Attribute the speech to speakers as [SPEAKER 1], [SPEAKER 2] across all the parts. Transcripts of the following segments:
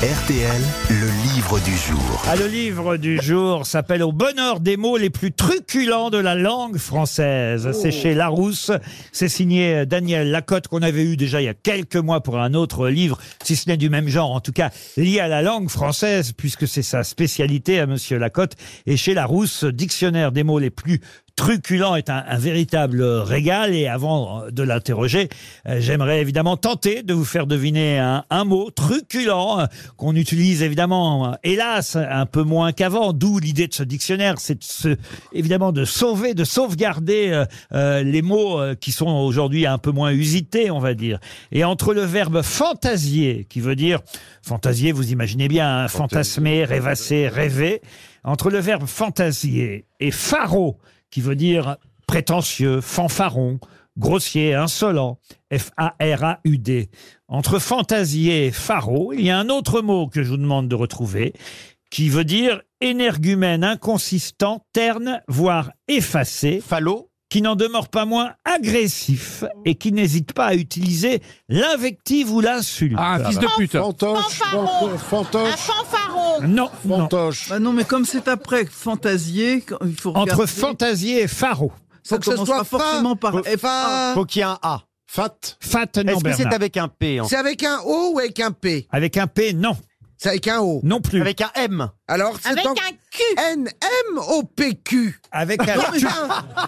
[SPEAKER 1] RTL, le livre du jour.
[SPEAKER 2] Ah, le livre du jour s'appelle Au bonheur des mots les plus truculents de la langue française. C'est chez Larousse. C'est signé euh, Daniel Lacotte qu'on avait eu déjà il y a quelques mois pour un autre livre, si ce n'est du même genre, en tout cas lié à la langue française, puisque c'est sa spécialité à Monsieur Lacotte. Et chez Larousse, dictionnaire des mots les plus truculent est un, un véritable régal et avant de l'interroger, euh, j'aimerais évidemment tenter de vous faire deviner un, un mot truculent euh, qu'on utilise évidemment, euh, hélas, un peu moins qu'avant, d'où l'idée de ce dictionnaire, c'est de se- évidemment de sauver, de sauvegarder euh, euh, les mots euh, qui sont aujourd'hui un peu moins usités, on va dire. Et entre le verbe fantasier, qui veut dire fantasier, vous imaginez bien, hein, fantasmer, rêvasser, rêver, entre le verbe fantasier et pharo, qui veut dire prétentieux, fanfaron, grossier, insolent, F-A-R-A-U-D. Entre fantasier et pharo, il y a un autre mot que je vous demande de retrouver, qui veut dire énergumène, inconsistant, terne, voire effacé,
[SPEAKER 3] Fallot
[SPEAKER 2] qui n'en demeure pas moins agressif et qui n'hésite pas à utiliser l'invective ou l'insulte.
[SPEAKER 3] Ah, un fils de pute.
[SPEAKER 4] Fantoche,
[SPEAKER 5] Fanfaron.
[SPEAKER 4] fanto-
[SPEAKER 3] Oh.
[SPEAKER 4] fantoche,
[SPEAKER 5] fanfaron
[SPEAKER 2] Non, non.
[SPEAKER 4] fantoche.
[SPEAKER 6] Bah non, mais comme c'est après fantasier, quand- il faut regarder.
[SPEAKER 2] Entre fantasier et pharo.
[SPEAKER 6] ça
[SPEAKER 7] faut que ce
[SPEAKER 6] commence
[SPEAKER 7] soit
[SPEAKER 6] pas forcément par
[SPEAKER 7] Faut-
[SPEAKER 6] F1.
[SPEAKER 3] Faut qu'il y ait un A.
[SPEAKER 4] Fat.
[SPEAKER 2] Fat, non,
[SPEAKER 3] Est-ce que c'est
[SPEAKER 2] Bernard.
[SPEAKER 3] avec un P en
[SPEAKER 7] C'est avec un O ou avec un P
[SPEAKER 2] Avec un P, non.
[SPEAKER 7] C'est avec un O.
[SPEAKER 2] Non plus.
[SPEAKER 3] Oh. Avec un M.
[SPEAKER 7] Alors c'est
[SPEAKER 5] Avec
[SPEAKER 7] en-
[SPEAKER 5] un cul
[SPEAKER 7] N M O P Q.
[SPEAKER 2] Avec un...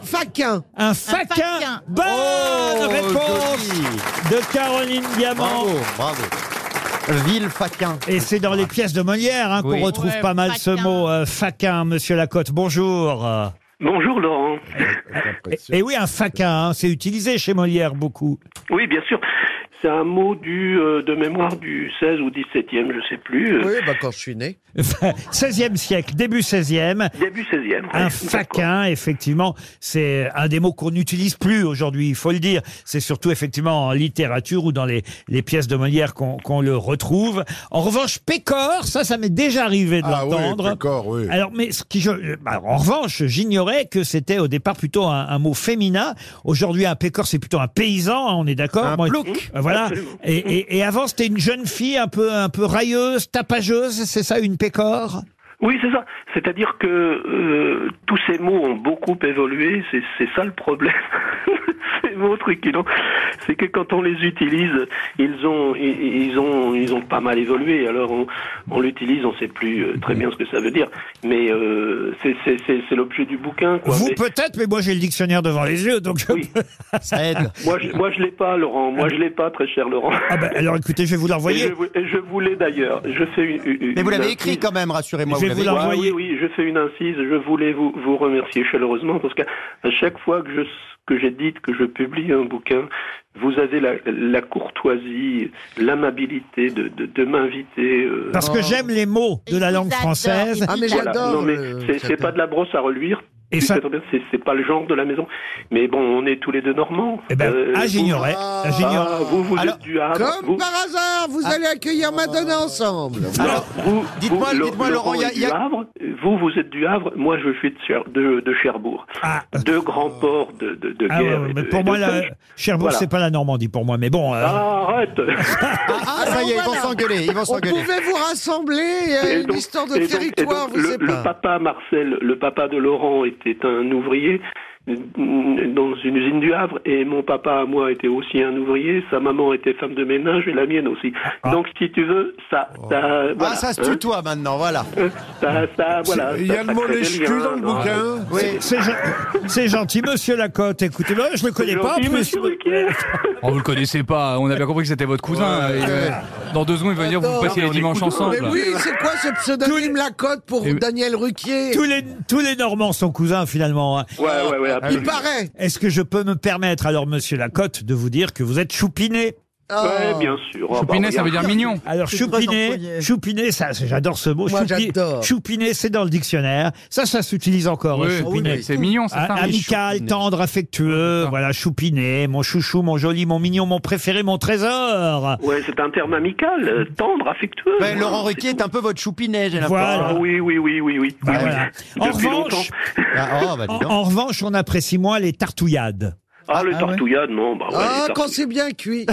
[SPEAKER 7] Faquin.
[SPEAKER 2] Un faquin.
[SPEAKER 5] faquin.
[SPEAKER 2] Bonne
[SPEAKER 7] Ah,
[SPEAKER 3] Oh,
[SPEAKER 2] réponse
[SPEAKER 3] joli.
[SPEAKER 2] de Caroline Diamant.
[SPEAKER 3] Bravo, bravo. Villefaquin.
[SPEAKER 2] Et c'est dans les pièces de Molière hein,
[SPEAKER 3] Oui.
[SPEAKER 2] qu'on retrouve
[SPEAKER 3] Ouais,
[SPEAKER 2] pas mal
[SPEAKER 5] faquin.
[SPEAKER 2] ce mot euh, faquin, monsieur Lacotte. Bonjour.
[SPEAKER 8] Bonjour Laurent.
[SPEAKER 2] Et, et oui, un faquin, hein, c'est utilisé chez Molière beaucoup.
[SPEAKER 8] Oui, bien sûr. C'est un mot du, euh, de mémoire du 16 ou 17e, je sais plus. euh,
[SPEAKER 7] Oui, bah quand je suis né.
[SPEAKER 2] 16e siècle, début 16e.
[SPEAKER 8] Début 16e.
[SPEAKER 2] Un
[SPEAKER 8] Ouais, d'accord.
[SPEAKER 2] faquin, effectivement, c'est un des mots qu'on n'utilise plus aujourd'hui, il faut le dire. C'est surtout effectivement en littérature ou dans les, les pièces de Molière qu'on qu'on le retrouve. En revanche, pécore, ça, ça m'est déjà arrivé de
[SPEAKER 4] Ah oui,
[SPEAKER 2] l'entendre.
[SPEAKER 4] d'accord, oui.
[SPEAKER 2] Alors, mais ce qui je, euh, alors, en revanche, j'ignorais que c'était au départ plutôt un, un mot féminin. Aujourd'hui, un pécor, c'est plutôt un paysan, hein, on est d'accord.
[SPEAKER 3] Un
[SPEAKER 2] Moi,
[SPEAKER 3] plouc.
[SPEAKER 2] euh, Voilà.
[SPEAKER 8] Absolument.
[SPEAKER 2] Et, et- et avant, c'était une jeune fille un peu, un peu railleuse, tapageuse. C'est ça, une pécore
[SPEAKER 8] Oui, c'est ça. C'est-à-dire que euh, tous ces mots ont beaucoup évolué. C'est, c'est ça le problème. ces mots truculents, c'est que quand on les utilise, ils ont, ils, ils ont, ils ont pas mal évolué. Alors on, on l'utilise, on sait plus euh, très bien ce que ça veut dire. Mais euh, c'est, c'est, c'est, c'est l'objet du bouquin. Quoi.
[SPEAKER 2] Vous
[SPEAKER 8] Mais
[SPEAKER 2] peut-être, mais moi j'ai le dictionnaire devant les yeux, donc. je
[SPEAKER 8] Oui.
[SPEAKER 2] peux-
[SPEAKER 3] Ça aide.
[SPEAKER 8] moi, je, moi, je l'ai pas, Laurent. Moi, je l'ai pas, très cher Laurent.
[SPEAKER 2] Ah ben, alors écoutez, je vais vous
[SPEAKER 8] Et je,
[SPEAKER 2] l'envoyer.
[SPEAKER 8] vou- et je voulais d'ailleurs, je fais une, une-
[SPEAKER 3] Mais vous
[SPEAKER 8] une
[SPEAKER 3] l'avez
[SPEAKER 8] incise.
[SPEAKER 3] écrit quand même, rassurez-moi.
[SPEAKER 2] Je vais vous
[SPEAKER 3] l'avez
[SPEAKER 2] la-
[SPEAKER 8] Ah
[SPEAKER 2] envoyé.
[SPEAKER 8] oui, oui, je fais une incise. Je voulais vous, vous remercier chaleureusement parce qu'à à chaque fois que je que j'ai dit que je publie un bouquin, vous avez la, la courtoisie, l'amabilité de, de, de m'inviter. euh,
[SPEAKER 2] Parce que j'aime les mots de la
[SPEAKER 5] Ils
[SPEAKER 2] langue
[SPEAKER 5] adorent,
[SPEAKER 2] française.
[SPEAKER 5] ils
[SPEAKER 7] Ah mais
[SPEAKER 8] voilà.
[SPEAKER 7] j'adore.
[SPEAKER 8] Non mais
[SPEAKER 7] euh,
[SPEAKER 8] c'est- c'est
[SPEAKER 7] j'adore.
[SPEAKER 8] pas de la brosse à reluire.
[SPEAKER 2] Et ça.
[SPEAKER 8] C'est- c'est- C'est pas le genre de la maison. Mais bon, on est tous les deux normands.
[SPEAKER 2] Eh ben,
[SPEAKER 8] Euh,
[SPEAKER 2] ah, j'ignorais.
[SPEAKER 7] Ah.
[SPEAKER 2] Ah, j'ignorais.
[SPEAKER 8] ah, vous, vous
[SPEAKER 3] Alors,
[SPEAKER 8] êtes du Havre.
[SPEAKER 7] Comme
[SPEAKER 8] vous,
[SPEAKER 7] par hasard, vous
[SPEAKER 8] Ah.
[SPEAKER 7] allez accueillir Madonna ensemble.
[SPEAKER 2] Ah,
[SPEAKER 3] Alors,
[SPEAKER 8] Vous-
[SPEAKER 3] Dites-moi,
[SPEAKER 8] vous,
[SPEAKER 3] dites-moi, Laurent, il y a-
[SPEAKER 8] est
[SPEAKER 3] il y a-
[SPEAKER 8] du Havre, vous, vous êtes du Havre, moi, je suis de, Cher- de- de Cherbourg.
[SPEAKER 2] Ah.
[SPEAKER 8] Deux grands ports de, de, de
[SPEAKER 2] Ah ouais,
[SPEAKER 8] guerre. et
[SPEAKER 2] mais
[SPEAKER 8] de-
[SPEAKER 2] pour
[SPEAKER 8] et
[SPEAKER 2] moi,
[SPEAKER 8] de
[SPEAKER 2] la...
[SPEAKER 8] pêche.
[SPEAKER 2] Cherbourg,
[SPEAKER 8] euh, Voilà.
[SPEAKER 2] c'est pas la Normandie pour moi, mais bon. euh,
[SPEAKER 8] Ah, arrête
[SPEAKER 3] Ah, ah, ça y est, ils vont
[SPEAKER 5] Voilà.
[SPEAKER 3] s'engueuler. Ils vont
[SPEAKER 7] On
[SPEAKER 3] s'engueuler.
[SPEAKER 7] pouvait vous rassembler à
[SPEAKER 8] Et
[SPEAKER 7] une
[SPEAKER 8] donc-
[SPEAKER 7] histoire
[SPEAKER 8] et
[SPEAKER 7] de
[SPEAKER 8] donc- et
[SPEAKER 7] territoire,
[SPEAKER 8] donc,
[SPEAKER 7] vous
[SPEAKER 8] le,
[SPEAKER 7] savez
[SPEAKER 8] le
[SPEAKER 7] pas.
[SPEAKER 8] papa Marcel, le papa de Laurent, était un ouvrier euh, dans une usine du Havre et mon papa à moi était aussi un ouvrier, sa maman était femme de ménage et la mienne aussi. Donc si tu veux, ça... ça voilà,
[SPEAKER 3] Ah, ça se
[SPEAKER 8] hein,
[SPEAKER 3] tutoie maintenant, voilà.
[SPEAKER 8] ça- ça- voilà,
[SPEAKER 4] Il y
[SPEAKER 8] ça-
[SPEAKER 4] a le
[SPEAKER 8] ça
[SPEAKER 4] mot
[SPEAKER 8] crée des
[SPEAKER 4] lèche-cul
[SPEAKER 8] liens,
[SPEAKER 4] dans le
[SPEAKER 8] hein.
[SPEAKER 4] bouquin.
[SPEAKER 3] Oui.
[SPEAKER 2] C'est gen- c'est gentil, monsieur Lacotte. Écoutez, moi, je le connais pas. en
[SPEAKER 8] Gentil,
[SPEAKER 2] plus.
[SPEAKER 8] monsieur Ruquier.
[SPEAKER 9] Oh, vous le connaissez pas, on a bien compris que c'était votre cousin. Et, euh, Dans deux secondes, il va venir vous
[SPEAKER 7] Attends,
[SPEAKER 9] passer les dimanches ensemble.
[SPEAKER 7] Mais oui, c'est quoi ce pseudonyme Lacotte pour
[SPEAKER 9] Et-
[SPEAKER 7] Daniel Ruquier
[SPEAKER 2] Tous les, tous les Normands sont cousins, finalement. hein.
[SPEAKER 8] Ouais, ouais, ouais.
[SPEAKER 7] Il
[SPEAKER 8] absolument.
[SPEAKER 7] paraît.
[SPEAKER 2] Est-ce que je peux me permettre, alors, monsieur Lacotte, de vous dire que vous êtes choupiné
[SPEAKER 7] Ah.
[SPEAKER 8] Ouais, bien sûr. Ah, bah,
[SPEAKER 9] Choupinet, ça veut
[SPEAKER 8] regarde.
[SPEAKER 9] dire mignon.
[SPEAKER 2] Alors,
[SPEAKER 6] C'est très
[SPEAKER 2] choupiné,
[SPEAKER 6] employé.
[SPEAKER 2] choupiné, ça, c'est- j'adore ce mot.
[SPEAKER 7] Moi,
[SPEAKER 2] Choupi-
[SPEAKER 7] j'adore.
[SPEAKER 2] choupiné, c'est dans le dictionnaire. Ça, ça s'utilise encore, hein,
[SPEAKER 9] Oui,
[SPEAKER 2] choupiné.
[SPEAKER 9] c'est mignon, c'est
[SPEAKER 2] Ah,
[SPEAKER 9] ça.
[SPEAKER 2] Amical, tendre, affectueux, voilà, choupiné, mon chouchou, mon joli, mon mignon, mon préféré, mon trésor.
[SPEAKER 8] Ouais, c'est un terme amical, euh, tendre, affectueux.
[SPEAKER 3] Ouais,
[SPEAKER 8] Hein,
[SPEAKER 3] Ben, Laurent
[SPEAKER 8] c'est
[SPEAKER 3] Ruquier est un peu votre choupinet, j'ai
[SPEAKER 2] Voilà.
[SPEAKER 3] l'impression.
[SPEAKER 8] Ah oui, oui, oui, oui, oui.
[SPEAKER 2] Bah,
[SPEAKER 8] Oui, oui.
[SPEAKER 2] voilà. En
[SPEAKER 8] Depuis
[SPEAKER 2] revanche,
[SPEAKER 8] longtemps.
[SPEAKER 3] Ah, oh, bah,
[SPEAKER 2] en,
[SPEAKER 3] dis donc.
[SPEAKER 2] en revanche, on apprécie moins les tartouillades.
[SPEAKER 8] Ah, le tartouillade, non. Bah, ouais, les
[SPEAKER 7] Ah,
[SPEAKER 8] tartou-
[SPEAKER 7] quand c'est bien cuit.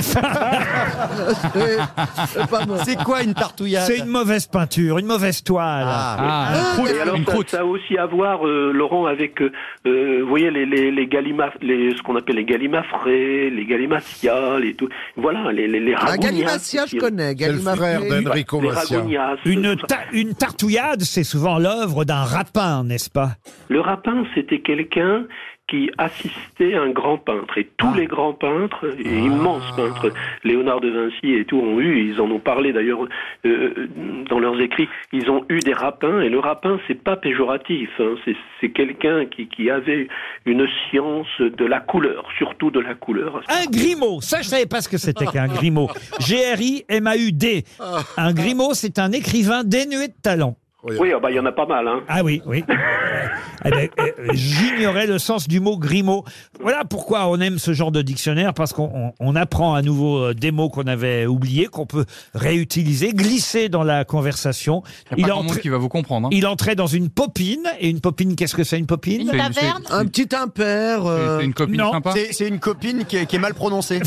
[SPEAKER 7] C'est- c'est pas bon.
[SPEAKER 3] C'est quoi une tartouillade
[SPEAKER 2] C'est une mauvaise peinture, une mauvaise toile.
[SPEAKER 9] Ah,
[SPEAKER 7] Ah,
[SPEAKER 9] une croûte,
[SPEAKER 8] Et alors,
[SPEAKER 9] une
[SPEAKER 8] ça,
[SPEAKER 9] croûte.
[SPEAKER 8] ça a aussi à voir, euh, Laurent, avec, euh, euh, vous voyez, les, les, les galima- les, ce qu'on appelle les galimafrés, les galimacias, les tout. Voilà, les, les, les
[SPEAKER 7] Ah,
[SPEAKER 8] ragounias,
[SPEAKER 7] Galimacia, je
[SPEAKER 8] qui-
[SPEAKER 7] connais.
[SPEAKER 4] C'est le frère
[SPEAKER 7] Galimacia.
[SPEAKER 4] d'Enrico
[SPEAKER 8] Les
[SPEAKER 4] Macias.
[SPEAKER 8] ragounias.
[SPEAKER 2] Une,
[SPEAKER 8] tout ça.
[SPEAKER 2] ta- une tartouillade, c'est souvent l'œuvre d'un rapin, n'est-ce pas
[SPEAKER 8] Le rapin, c'était quelqu'un qui assistait un grand peintre. Et tous
[SPEAKER 9] Ah.
[SPEAKER 8] les grands peintres, et immenses peintres, Léonard de Vinci et tout, ont eu, ils en ont parlé d'ailleurs euh, dans leurs écrits, ils ont eu des rapins. Et le rapin, c'est pas péjoratif. hein. C'est- C'est quelqu'un qui, qui avait une science de la couleur, surtout de la couleur.
[SPEAKER 2] Un grimaud, ça je savais pas ce que c'était qu'un grimaud. G-R-I-M-A-U-D. Un grimaud, c'est un écrivain dénué de talent.
[SPEAKER 8] Oui, ah bah, il y en a pas mal. Hein.
[SPEAKER 2] Ah oui, oui. Eh ben, euh, euh, J'ignorais le sens du mot grimaud. Voilà pourquoi on aime ce genre de dictionnaire, parce qu'on on- on apprend à nouveau euh, des mots qu'on avait oubliés, qu'on peut réutiliser, glisser dans la conversation.
[SPEAKER 9] Il y a pas grand
[SPEAKER 2] entra-
[SPEAKER 9] monde qui va vous comprendre. hein.
[SPEAKER 2] il entrait dans une popine, et une popine, qu'est-ce que c'est une popine
[SPEAKER 9] C'est une- c'est-
[SPEAKER 5] taverne
[SPEAKER 7] Un petit impair.
[SPEAKER 9] c'est-
[SPEAKER 7] euh,
[SPEAKER 9] c'est une copine
[SPEAKER 2] non,
[SPEAKER 9] sympa.
[SPEAKER 3] C'est c'est une copine qui est, qui est mal prononcée.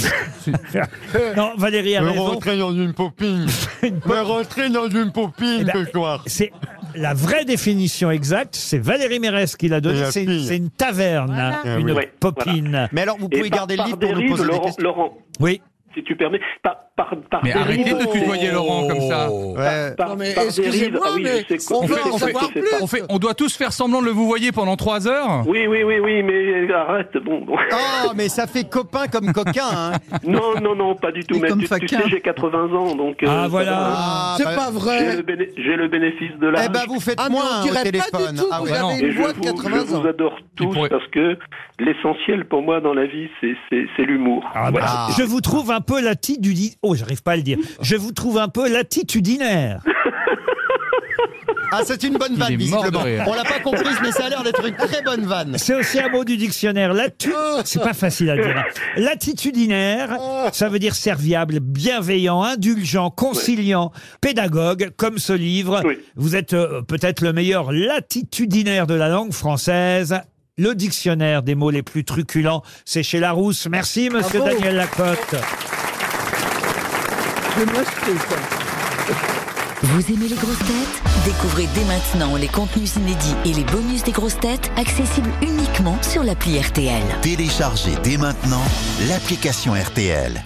[SPEAKER 2] Non, Valérie a raison.
[SPEAKER 4] dans une popine. Me rentrer dans une popine
[SPEAKER 2] Eh ben,
[SPEAKER 4] ce soir.
[SPEAKER 2] C'est la vraie définition exacte, c'est Valérie Mérès qui l'a
[SPEAKER 4] Et
[SPEAKER 2] donnée,
[SPEAKER 4] la
[SPEAKER 2] c'est
[SPEAKER 4] fille. Eh
[SPEAKER 2] c'est une taverne,
[SPEAKER 5] Voilà.
[SPEAKER 2] une
[SPEAKER 8] Ouais,
[SPEAKER 2] popine.
[SPEAKER 3] Mais alors, vous
[SPEAKER 8] Et
[SPEAKER 3] pouvez
[SPEAKER 8] par-
[SPEAKER 3] garder le
[SPEAKER 8] par
[SPEAKER 3] livre pour nous
[SPEAKER 8] dérive,
[SPEAKER 3] poser des
[SPEAKER 8] Laurent,
[SPEAKER 3] questions.
[SPEAKER 8] Laurent,
[SPEAKER 2] Oui.
[SPEAKER 8] si tu permets, par, par, par
[SPEAKER 9] Mais
[SPEAKER 8] dérive-
[SPEAKER 9] arrêtez de tutoyer Laurent comme ça.
[SPEAKER 3] Ouais.
[SPEAKER 8] par-
[SPEAKER 7] Non, mais
[SPEAKER 8] par dérive-
[SPEAKER 7] excusez-moi,
[SPEAKER 8] ah oui,
[SPEAKER 7] mais
[SPEAKER 8] je sais
[SPEAKER 7] on
[SPEAKER 8] que-
[SPEAKER 7] veut
[SPEAKER 8] je sais
[SPEAKER 7] en
[SPEAKER 8] que
[SPEAKER 7] savoir
[SPEAKER 8] c'est
[SPEAKER 7] plus.
[SPEAKER 8] pas-
[SPEAKER 9] On, fait, on doit tous faire semblant de le vous voyez pendant trois heures
[SPEAKER 8] Oui, oui, oui, oui, mais arrête. Bon, bon.
[SPEAKER 3] Oh, mais ça fait copain comme coquin. Hein.
[SPEAKER 8] Non, non, non, pas du tout.
[SPEAKER 6] Et
[SPEAKER 8] Mais
[SPEAKER 6] comme
[SPEAKER 8] tu, tu
[SPEAKER 6] faquin.
[SPEAKER 8] sais, j'ai 80 ans, donc. euh,
[SPEAKER 2] Ah,
[SPEAKER 8] ça
[SPEAKER 2] voilà.
[SPEAKER 8] va.
[SPEAKER 3] Ah,
[SPEAKER 7] C'est
[SPEAKER 3] bah,
[SPEAKER 7] pas
[SPEAKER 8] J'ai le,
[SPEAKER 7] vrai.
[SPEAKER 8] béné- j'ai le bénéfice de l'âge.
[SPEAKER 3] Eh ben, vous faites
[SPEAKER 7] Ah, mais
[SPEAKER 3] moins
[SPEAKER 7] on
[SPEAKER 3] hein,
[SPEAKER 7] dirait
[SPEAKER 3] au
[SPEAKER 7] pas du
[SPEAKER 3] téléphone.
[SPEAKER 7] tout,
[SPEAKER 3] ah,
[SPEAKER 7] vous
[SPEAKER 3] ouais,
[SPEAKER 7] avez-
[SPEAKER 3] non.
[SPEAKER 8] Et je
[SPEAKER 7] Moi, de
[SPEAKER 8] vous,
[SPEAKER 7] 80
[SPEAKER 8] je
[SPEAKER 7] ans.
[SPEAKER 8] vous adore tous
[SPEAKER 9] pourrais-
[SPEAKER 8] parce que l'essentiel pour moi dans la vie, c'est- c'est c'est l'humour.
[SPEAKER 2] Ah, bah,
[SPEAKER 8] Voilà.
[SPEAKER 3] Ah.
[SPEAKER 2] Je vous trouve un peu l'attitudinaire. Oh, j'arrive pas à le dire. Je vous trouve un peu l'attitudinaire.
[SPEAKER 3] Ah, c'est une bonne vanne,
[SPEAKER 9] est mort de
[SPEAKER 3] visiblement.
[SPEAKER 9] rire.
[SPEAKER 3] On l'a pas comprise, mais ça a l'air d'être une très bonne vanne.
[SPEAKER 2] C'est aussi un mot du dictionnaire. L'attu- C'est pas facile à dire. hein. L'attitudinaire, ça veut dire serviable, bienveillant, indulgent, conciliant, pédagogue, comme ce livre.
[SPEAKER 8] Oui.
[SPEAKER 2] Vous êtes euh, peut-être le meilleur latitudinaire de la langue française. Le dictionnaire des mots les plus truculents, c'est chez Larousse. Merci, monsieur
[SPEAKER 7] Bravo.
[SPEAKER 2] Daniel Lacotte.
[SPEAKER 6] Je vais m'acheter ça.
[SPEAKER 10] Vous aimez les grosses têtes Découvrez dès maintenant les contenus inédits et les bonus des grosses têtes accessibles uniquement sur l'appli RTL.
[SPEAKER 1] Téléchargez dès maintenant l'application RTL.